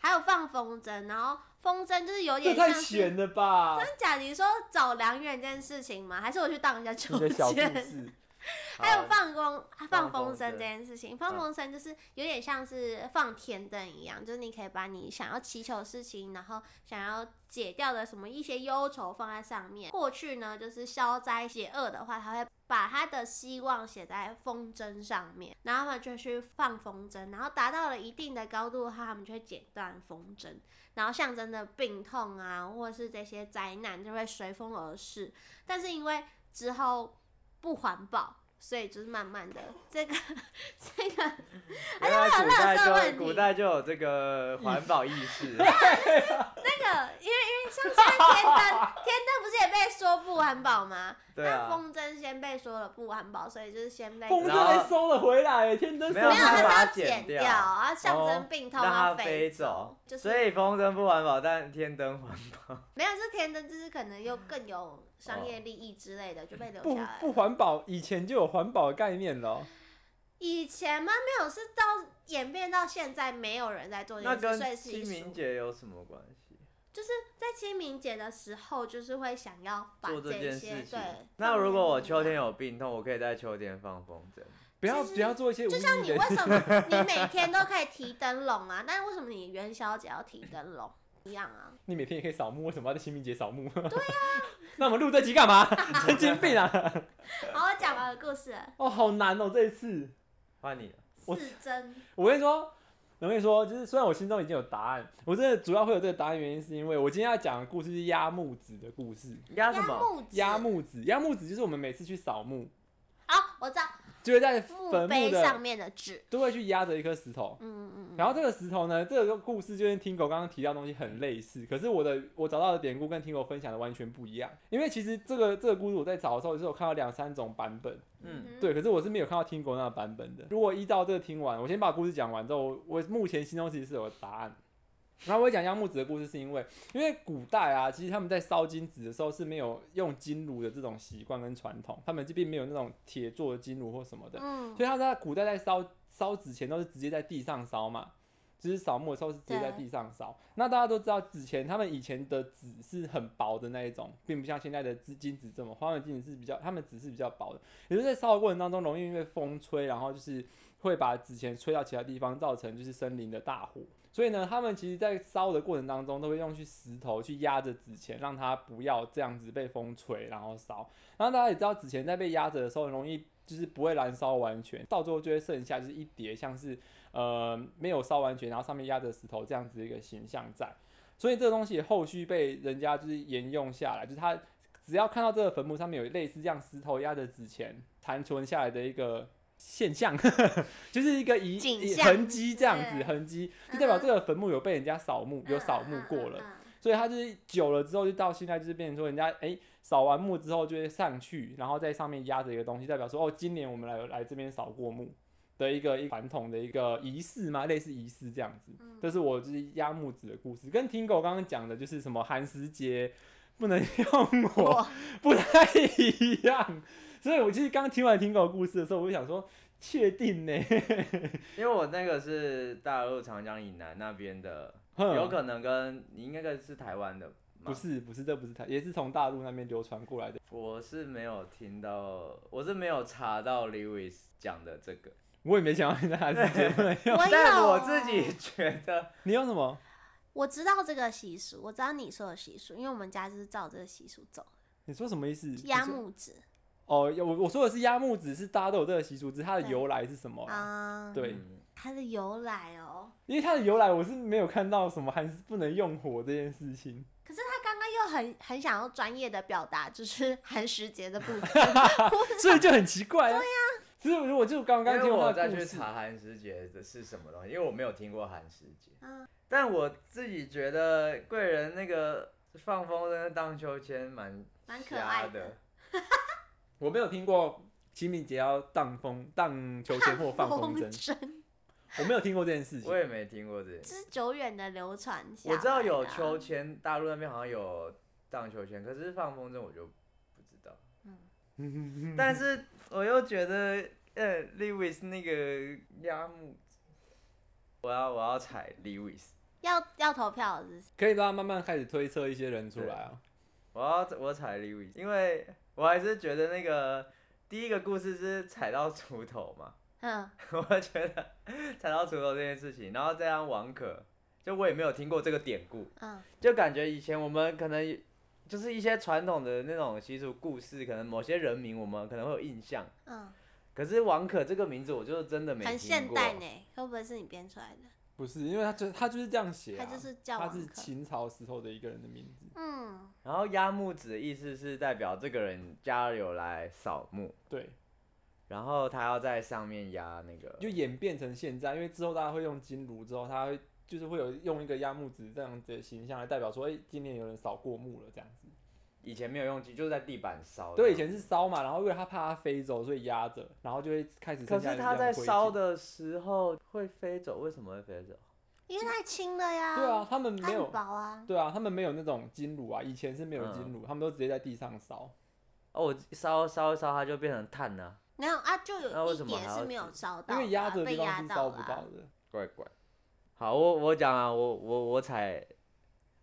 还有放风筝，然后风筝就是有
这
点
太
像是
悬了吧！
真假？你说找良缘这件事情吗？还是我去荡一下秋
[LAUGHS] 你的小故
千？
事，
还有放风啊放
放
风
风
筝
筝
这件事情，放风筝就是有点像是放天灯一样，就是你可以把你想要祈求的事情，然后想要解掉的什么一些忧愁放在上面。过去呢，就是消灾解厄的话，他会把他的希望写在风筝上面，然后他们就去放风筝，然后达到了一定的高度的话，他们就会剪断风筝，然后象征的病痛啊，或者是这些灾难就会随风而逝。但是因为之后不环保，所以就是慢慢的这个这个哎
原来古代
垃圾问
就
题
古代就有这个环保意
[LAUGHS]
识，
那个，因为因为像现在天灯，天灯不是也被说不环保吗？
对啊
那风筝先被说了不环保，所以就是先被
风
没有，
筝
筝
然后
还收了回来，天灯收
没有
它
回
是
来
它
要
把它剪
掉，
掉
然后象征
哦
病痛，
让它
啊飞
飞走。
就是
所以风筝不环保，但天灯环
没有这天灯，就是可能又更有商业利益之类的，就被留
不
下来。
不环保，以前就有环保的概念了哦。
以前吗？没有，是到演变到现在，没有人在做
那
这件事，所
跟
以是
清
一
明
俗。
节有什么关系？
就是在清明节的时候，就是会想要把
做这件
些
事情
对。。
那如果我秋天
有。
有病痛，我可以在秋天放风筝。
不要
其实
不要做一些无
就像
意义
你
的
为什么你每天都可以提灯笼啊？但是为什么你元宵节要提灯笼？一样啊，
你每天也可以扫墓，为什么要在清明节扫墓？ [LAUGHS] 对啊，那我们录这集干嘛？ [LAUGHS] 神经病啊！
好，我讲完了故事了，
哦，好难哦，这一次。
换你了，
我
四针
我跟你说，我跟你说，就是虽然我心中已经有答案，我真的主要会有这个答案原因，是因为我今天要讲的故事是压木子的故事。
压什
压
么？
木指
压木子，压木子就是我们每次去扫墓，
好，我知道
就会在
墓
坟墓
碑上
的
面的纸，
都会去压着一颗石头。
嗯嗯嗯，
然后这个石头呢，这个故事就跟听狗刚刚提到的东西很类似，可是我的我找到的典故跟听狗分享的完全不一样。因为其实这个这个故事我在找的时候是有看到两三种版本，
嗯，
嗯，
对，可是我是没有看到听狗那个版本的。如果依照这个听完，我先把故事讲完之后，我我目前心中其实是有答案。然后我讲压木子的故事，是因为因为古代啊，其实他们在烧金纸的时候是没有用金炉的这种习惯跟传统，他们并没有那种铁做的金炉或什么的，
嗯，
所以他在古代在烧烧纸钱都是直接在地上烧嘛，就是扫墓的时候是直接在
对
地上烧。那大家都知道纸钱，他们以前的纸是很薄的那一种，并不像现在的纸金纸这么厚，他们金纸是比较，他们纸是比较薄的，也就是在烧的过程当中容易因为风吹，然后就是会把纸钱吹到其他地方，造成就是森林的大火。所以呢，他们其实，在烧的过程当中，都会用去石头去压着纸钱，让它不要这样子被风吹，然后烧。然后大家也知道，纸钱在被压着的时候，容易就是不会燃烧完全，到最后就会剩下就是一叠像是呃没有烧完全，然后上面压着石头这样子的一个形象在。所以这个东西后续被人家就是沿用下来，就是他只要看到这个坟墓上面有类似这样石头压着纸钱残存下来的一个现象， [LAUGHS] 就是一个遗
景
遗
象
痕迹这样子
对
痕迹，
嗯
就代表这个坟墓有被人家扫墓，有扫墓
嗯
过了。，
嗯嗯嗯
所以它就是久了之后，就到现在就是变成说，人家哎扫、完墓之后就会上去，然后在上面压着一个东西，代表说哦，今年我们来有来这边扫过墓的一个一个传统的一个仪式嘛，类似仪式这样子。
嗯
这是我就是压木子的故事，跟听狗刚刚讲的就是什么寒食节不能用火，
我
不太一样。所以我其实刚听完听狗的故事的时候，我就想说，确定呢、
因为我那个是大陆长江以南那边的，
哼
有可能跟你应该是台湾的嘛，
嗯不是不是，这不是他，也是从大陆那边流传过来的。
我是没有听到，我是没有查到 Lewis 讲的这个，
我也没想到你在寒食节不能用。
我
[LAUGHS] 但
有啊
我自己觉得，
你用什么？
我知道这个习俗，我知道你说的习俗，因为我们家就是照这个习俗走，
你说什么意思？
嗯
压
你说
木指
哦，有我我说的是压木子，是大家都有这个习俗，只是它的
对
由来是什么啦？
啊，
对，
嗯
它的由来哦，
因为它的由来我是没有看到什么还是不能用火这件事情。
可是他刚刚又很很想要专业的表达，就是寒食节的部分。
所以就很奇怪、啊。对呀、所以如果就刚刚
因为
听过
我
他
再
的故
去
事，
查寒食节的是什么东西，因为我没有听过寒食节。
嗯
但我自己觉得贵人那个放风筝荡秋千蛮
蛮可爱
瞎
的
的，
我没有听过清明节要荡风荡秋千或 [LAUGHS] 放
[LAUGHS]
风筝，
筝，
我没有听过这件事情
我。也没听过这件
这
事。
是久远的流传下来的啊。
我知道有秋千，大陆那边好像有荡秋千，可是放风筝我就不知道。嗯 [LAUGHS] 但是我又觉得，呃，Lewis 那个压木，我要我要踩 Lewis，
要要投票了是不是？
可以让他慢慢开始推测一些人出来啊。
我要我踩 Lewis，因为我还是觉得那个第一个故事是踩到锄头嘛， [LAUGHS]
嗯，
我觉得踩到锄头这件事情，然后再让王可，就我也没有听过这个典故，
嗯，
就感觉以前我们可能就是一些传统的那种习俗故事，可能某些人名我们可能会有印象，
嗯，
可是王可这个名字我就真的没
很
听
现
过。
代呢，会不会是你编出来的？
不是，因为他就他就是这样写、啊，
他就是叫
他
王
是
可。
秦朝时候的一个人的名字。
嗯，
然后压木子的意思是代表这个人家有来扫墓，
对，
然后它要在上面压那个，
就演变成现在，因为之后大家会用金炉，之后它会就是会有用一个压木子这样子的形象来代表说，哎、今年有人扫过墓了这样子。
以前没有用机，就是在地板烧。
对，以前是烧嘛，然后因为他怕它飞走，所以压着，然后就会开始
可
剩下
是
一
它
样
在
灰烬
烧。的时候会飞走，为什么会飞走？
因为太轻了呀。
对啊，他们
它
没
很
有，
薄啊。
对啊，他们没有那种金炉啊，以前是没有金
嗯
炉，他们都直接在地上烧。
哦，我烧烧一烧，它就变成炭了、
没有啊，就
那
有
为
一
什么还
点
要
是没
去
有烧到
因
的啊，
为压着的
被
地
压
方是烧不
了啊
到的。
怪怪。好，我我讲啊，我我我踩，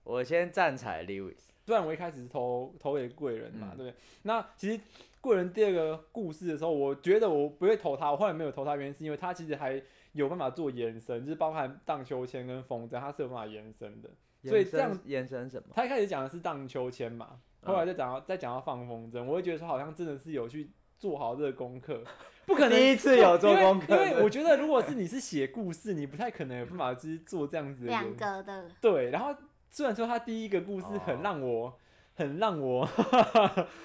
我先站踩 Lewis。
虽然我一开始是投投给贵人嘛，
嗯
对不对？那其实贵人第二个故事的时候，我觉得我不会投他，我后来没有投他，原因是因为他其实还有办法做延伸，就是包含荡秋千跟风筝，他是有办法延伸的。所以
延
这样
伸延伸什么？
他一开始讲的是荡秋千嘛，
嗯
后来再讲到、再讲到放风筝，我会觉得说好像真的是有去做好这个功
[LAUGHS]
课，不可能
第一次有
对
做
因为
功课
因为我觉得如果是你是写故事，你不太可能有办法就是做这样子的
两
延
个的，
对，然后虽然说他第一个故事很
哦
让我、很让我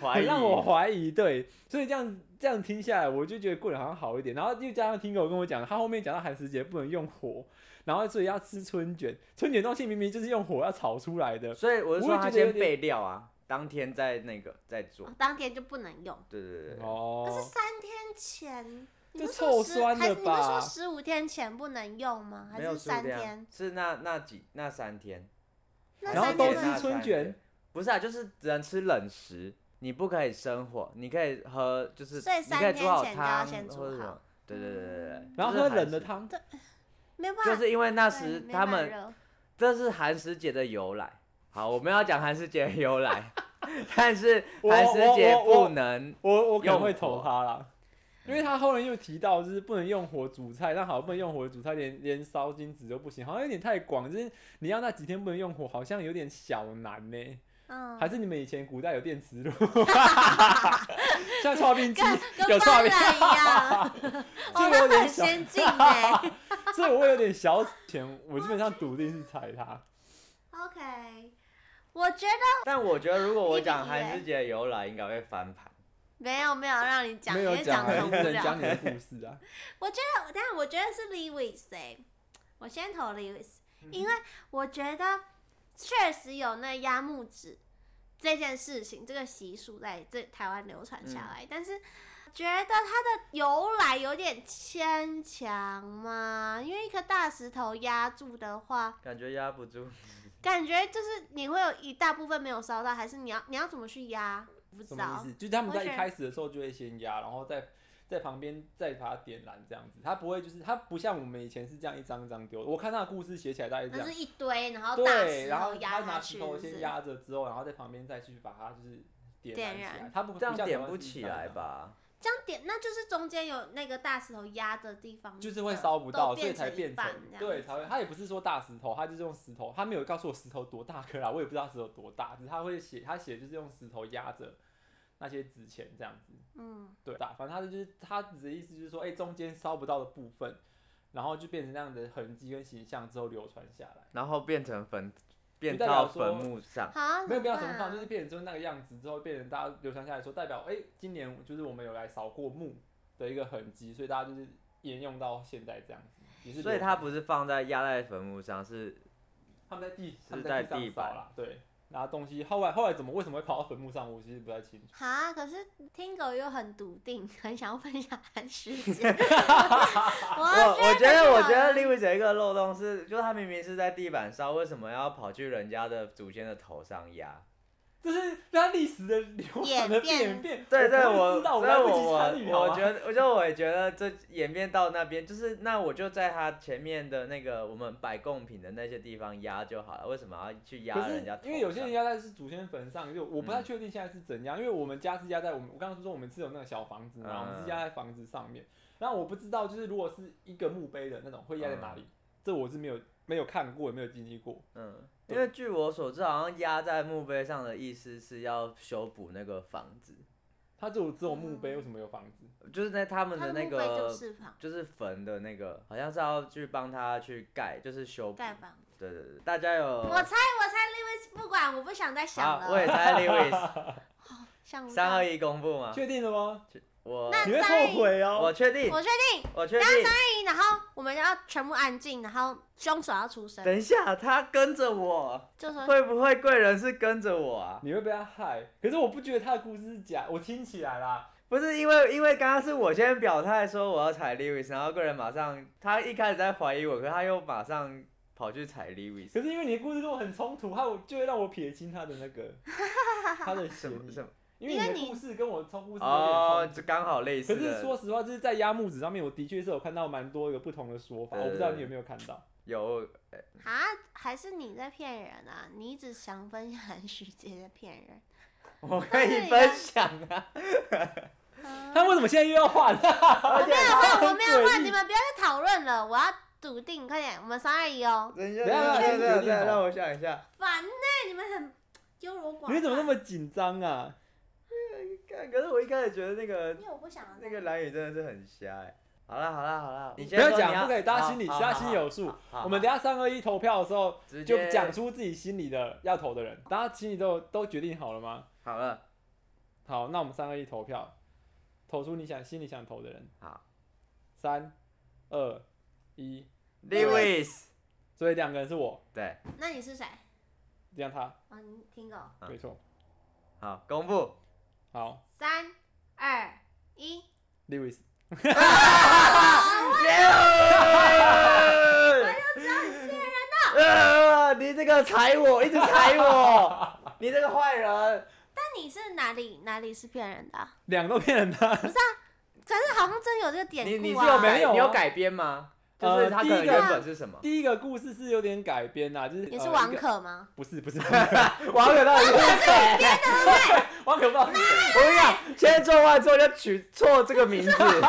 怀
很
疑
让我怀疑，对，所以这样这样听下来，我就觉得过得好像好一点。然后又加上听狗跟我讲，他后面讲到寒食节不能用火，然后所以要吃春卷，春卷东西明明就是用火要炒出来的，
所以我是
我会
说
觉
他
得有
先
点
备料啊，当天再那个再做。
当天就不能用。
对对对对，
哦
可是三天前，你
这
不是说
臭
十
酸
还
了
是你不是
吧
说十五天前不能用吗？还
没有
是
数
啊
三
量
天？，
是那那几那三天，
那
然后
三
都
天
吃
呢
春卷，
不是啊，就是只能吃冷食，你不可以生火，你可以喝就是
所以
你
三
可以煮
天
好
前就要
汤
先煮
或者什
好
么，对对对对对，
嗯然后
就
喝
是韩
冷的
食，
汤，
没办法，
就是因为那时
对没
他
办法
们
热
这是寒食节的由来。好，我们要讲寒食节的
[LAUGHS]
由来，但是
我
寒食
我
节
我我
不能
我我可能
用
会
火
投他啦。因为他后面又提到，就是不能用火煮菜，但好像不能用火煮菜，连连烧金纸都不行，好像有点太广，就是你要那几天不能用火，好像有点小难呢、
嗯，
还是你们以前古代有电磁
[LAUGHS]
炉，像刨冰机
跟
有
跟
刷
斑
面
斓一样，
这
[LAUGHS] 哦，
个
他
有
们
点
很
小
先进
[LAUGHS]
哎。
所以我有点小钱，我基本上笃定是踩它。
OK，我觉得
但我觉得如果我
你比
讲
以
韩
为
世杰的由来，应该会翻盘。
没有没有让你讲，
没
因
有
为讲
讲
的
啊，
很
你
无
只能
聊。
讲你的故
[LAUGHS]
事啊。
我觉得，但我觉得是 Lewis 哎、我先投 Lewis，因为
嗯
我觉得确实有那压木指这件事情，这个习俗在这台湾流传下
嗯
来，但是觉得它的由来有点牵强嘛，因为一颗大石头压住的话，
感觉压不住。
感觉就是你会有一大部分没有烧到，还是你要你要怎么去压？不知
什么
道
意思？，就是他们
我
在一
选
开始的时候就会先压，然后再在旁边再把它点燃这样子。它不会就是它不像我们以前是这样一张一张丢的。我看他的故事写起来大概是这
那
样
是。一堆，然后大
对，
石
然后
头
他
压
拿
下
石
去，
头
是不
先
是
压着之后，然后在旁边再去把它就是点
点
燃起来
燃。
它不
这样
不像台
点
湾
不
是一
起
张一
来
张
吧？
这样点，那就是中间有那个大石头压的地方，
就是会烧不到，
嗯都
所以才
一
变成
半这样
对
子
才会。他也不是说大石头，他就是用石头，他没有告诉我石头多大颗啦，我也不知道石头多大，只是他会写，他写就是用石头压着那些纸钱这样子，
嗯，
对，大，反正他就是他的意思就是说，哎、中间烧不到的部分，然后就变成那样的痕迹跟形象之后流传下来，
然后变成坟，变
代表
到坟
说
墓上。
好，
没有必要
怎
存
么办
放，就是变成就是那个样子之后，变成大家流传下来说，代表哎、今年就是我们有来扫过墓的一个痕迹，所以大家就是沿用到现在这样子，也是流传下
所
来。
以它不是放在压在坟墓上，是
他们在地他
是
们
在
地上
地
扫
板
啦，对，拿东西。后来后来怎么为什么会跑到坟墓上，我其实不太清楚。
哈，可是听狗又很笃定，很想要分享寒食节。
[LAUGHS] 哦
我
我
我觉得我觉得
另
Lewis 有一个漏洞是，就是他明明是在地板烧，为什么要跑去人家的祖先的头上压？
这是它历史的流传的
演变
演变，
对对，
我不会
我
知道，
所以
来不
我
及参与，
我
好
我
吗 [LAUGHS]
觉得，我就我也觉得这演变到那边，就是那我就在他前面的那个我们摆贡品的那些地方压就好了，为什么要去压
可
人家
是
头上？嗯
因为有些人压在是祖先坟上，就我不太确定现在是怎样，因为我们家是压在我们我刚刚说我们是有那个小房子嘛，
嗯
我们是压在房子上面。然后我不知道就是如果是一个墓碑的那种会压在哪里，这我是没有没有看过也没有经历过。
嗯，
对
因为据我所知，好像压在墓碑上的意思是要修补那个房子，
它只有只有墓
嗯
碑，为什么有房子？
就是在他们的那个
就是旁
就是坟的那个，好像是要去帮他去盖，就是修补。
盖房。
对对对，大家有
哦
我猜我猜 Lewis 不管，我不想再想 [LAUGHS]
啊，
了。
我也猜 Lewis，
想不
三
到
二，一公布吗？
确定了吗？
我
那
你会
三
后悔哦。
我确定，
我确定，
我确定。
哎然后我们要全部安静，然后凶手要出声，
等一下，他跟着我，
就说
会不会贵人是跟着我啊？
你会被他害，可是我不觉得他的故事是假，我听起来啦，
不是因为，因为刚刚是我先表态说我要踩 Lewis，然后贵人马上他一开始在怀疑我，可是他又马上跑去踩 Lewis，
可是因为你的故事跟我很冲突，他就会让我撇清他的那
[LAUGHS]
个他的
什
嫌
么
疑
什，么？
因为
因为
你
你
的故事跟我冲故事有
哦
点，
就刚好类似
冲突。可
的。
是说实话，就是在压木子上面，我的确是有看到蛮多个不同的说法，
对
我不知道你有没有看到。
有
啊，还是你在骗人啊？你一直想分享世界在骗人。
我可以分享啊，
啊
他为什 [LAUGHS] 么现在又要换？
而且
我没有
诡
问
异
你们，不要再讨论了，我要笃定，快点，我们三二一哦。
等一下，
等一下
等一下，
等
等
一下
一下，让我想一下，
烦呢、你们很优柔寡
你
断。
们怎么那？么紧张啊？
看，可是我一开始觉得那个
因为我不想要
那个蓝宇真的是很瞎哎。好啦好啦好啦，你
不
先
要
说你
讲，不可以，大家心里
好好
大家
好
心里有数
好。好
我们等一下三二一投票的时候，
直
就
接
讲出自己心里的要投的人，大家心里都都决定好了吗？
好了，
好，那我们三二一投票，投出你想心里想投的人。
好
三、二、一，
，Lewis，
所以两个人是我，
对，
那你是谁？
这样他
哦，你听狗。
啊
没错。
好，公布，
好
三二
[LAUGHS]
一，啊
，Lewis，
我就知道你是啊！你这个踩我，一直踩
[LAUGHS]
我，你这个坏人。
那你是哪里哪里是骗人的啊、
两个都骗人的。
可是好像真有这个典故啊。
你你是有
没有啊
你有改编吗？就
呃
是他可
第一
能
个
原本是
[LAUGHS]
什么？
[LAUGHS] 第一个故事是有点改编啦，就是
也是
呃
王
一个
可吗？
不是不是，
王可到底是谁？
[LAUGHS] 王可不知道是谁，
我跟你 [LAUGHS] 讲，千错万错就取错这个
[LAUGHS]
名字。
反正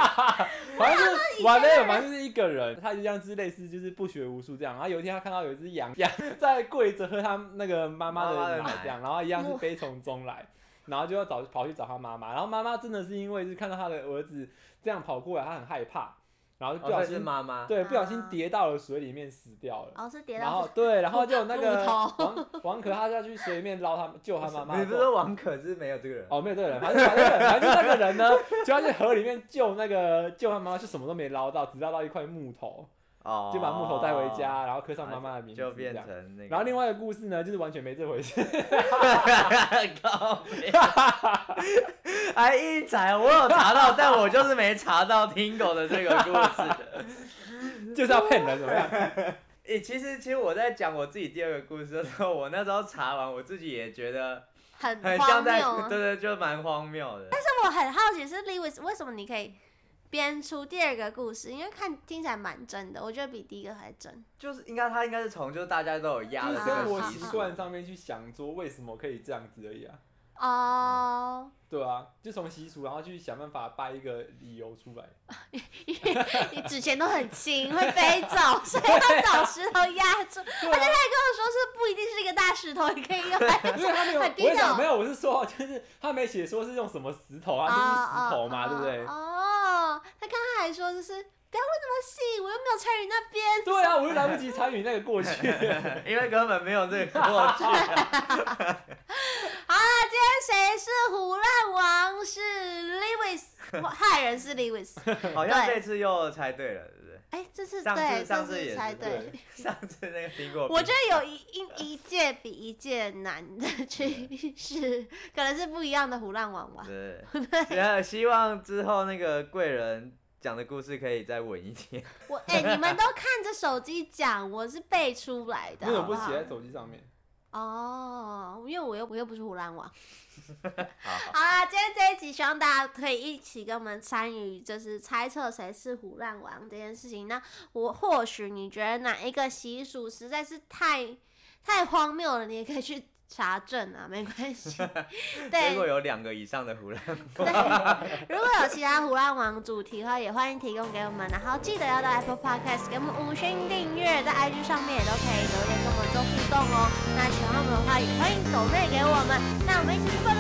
就是玩那个，反正就是一个人，他就像是类似就是不学无术这样。然啊后有一天他看到有一只羊羊在跪着喝他那个妈妈
妈妈
的
的
奶
奶
这样，然后一样是
哇
悲从中来，然后就要找跑去找他妈妈，然后妈妈真的是因为是看到他的儿子这样跑过来，他很害怕，然后就不小
哦，这是
心、
妈妈。
对不小心
啊
跌到了水里面死掉了。
哦，是跌
然
到
后对，然后就有那个
骨头
王王可他就要去水里面捞他救他妈妈的时候，
你不是说王可是没有这个人？
哦，没有这个人，反正反正反正那个人呢， [LAUGHS] 就要去河里面救那个救他妈妈，就什么都没捞到，只捞到一块木头，
哦
就把木头带回，家，然后刻上妈妈的名字
就
这
变
样。
成那个。
然后另外一个故事呢，就是完全没这回事。
[LAUGHS] 靠北还一踩，我有查到，但我就是没查到听狗的这个故事。
就是要骗人，怎么
[LAUGHS]
样？
诶、其实其实我在讲我自己第二个故事的时候，我那时候查完，我自己也觉得
很
很
荒
像
谬
在，
啊。
对对，就蛮荒谬的。
但我很好奇是 Lewis 为什么你可以编出第二个故事，因为看听起来蛮真的，我觉得比第一个还真。
就是应该他应该是从就是大家都有压
就
的
是
这
生
个
活
习
习
俗，
惯上面去想，说为什么可以这样子而已啊？
哦，
对啊，就从习俗，然后去想办法掰一个理由出来。
啊
你纸钱都很轻，会飞走， [LAUGHS] 所以要找石头压住。
啊对
他跟
啊，
我说是不一定是一个大石头，你可以用
[LAUGHS]
来。
因为他没有，我
很低调
也想没有，我是说， [LAUGHS] 就是他没写说是用什么石头啊，
哦
就是石头嘛，对不对？
哦，他刚才还说就是不要问那么细，我又没有参与那边。
对啊，我就来不及参与那个过
[LAUGHS]
去。
[LAUGHS] 因为根本没有这个
[LAUGHS]
过去。
好了，今天谁是胡乱王？是
[LAUGHS]
Lewis，哇害人是 Lewis。
好像
对
这次又猜对了，对不对？
哎，这次
上次
对，
上
上
次也是
猜对
对。
上次那个苹果，
我觉得有
[LAUGHS]
一一一届比一届难的趋势，可能是不一样的胡乱王吧。
对，
[LAUGHS]
然后希望之后那个贵人讲的故事可以再稳一点。 [LAUGHS]
我哎、你们都看着手机讲，我是背出来的，
为什
好
么不
好
写在手机上面？
哦，因为我又我又不是胡乱网。
好，
好啦，今天这一集希望大家可以一起跟我们参与，就是猜测谁是胡乱王这件事情。那我或许你觉得哪一个习俗实在是太太荒谬了，你也可以去查证啊，没关
[LAUGHS]
系。对，
结果有两个以上的胡乱，
对，如果有其他胡乱王主题的话，也欢迎提供给我们。然后记得要到 Apple Podcast 给我们五星订阅，在 IG 上面也都可以留言跟我们做互动哦。那喜欢我们的话，也欢迎抖内给我们。那我们一起去拜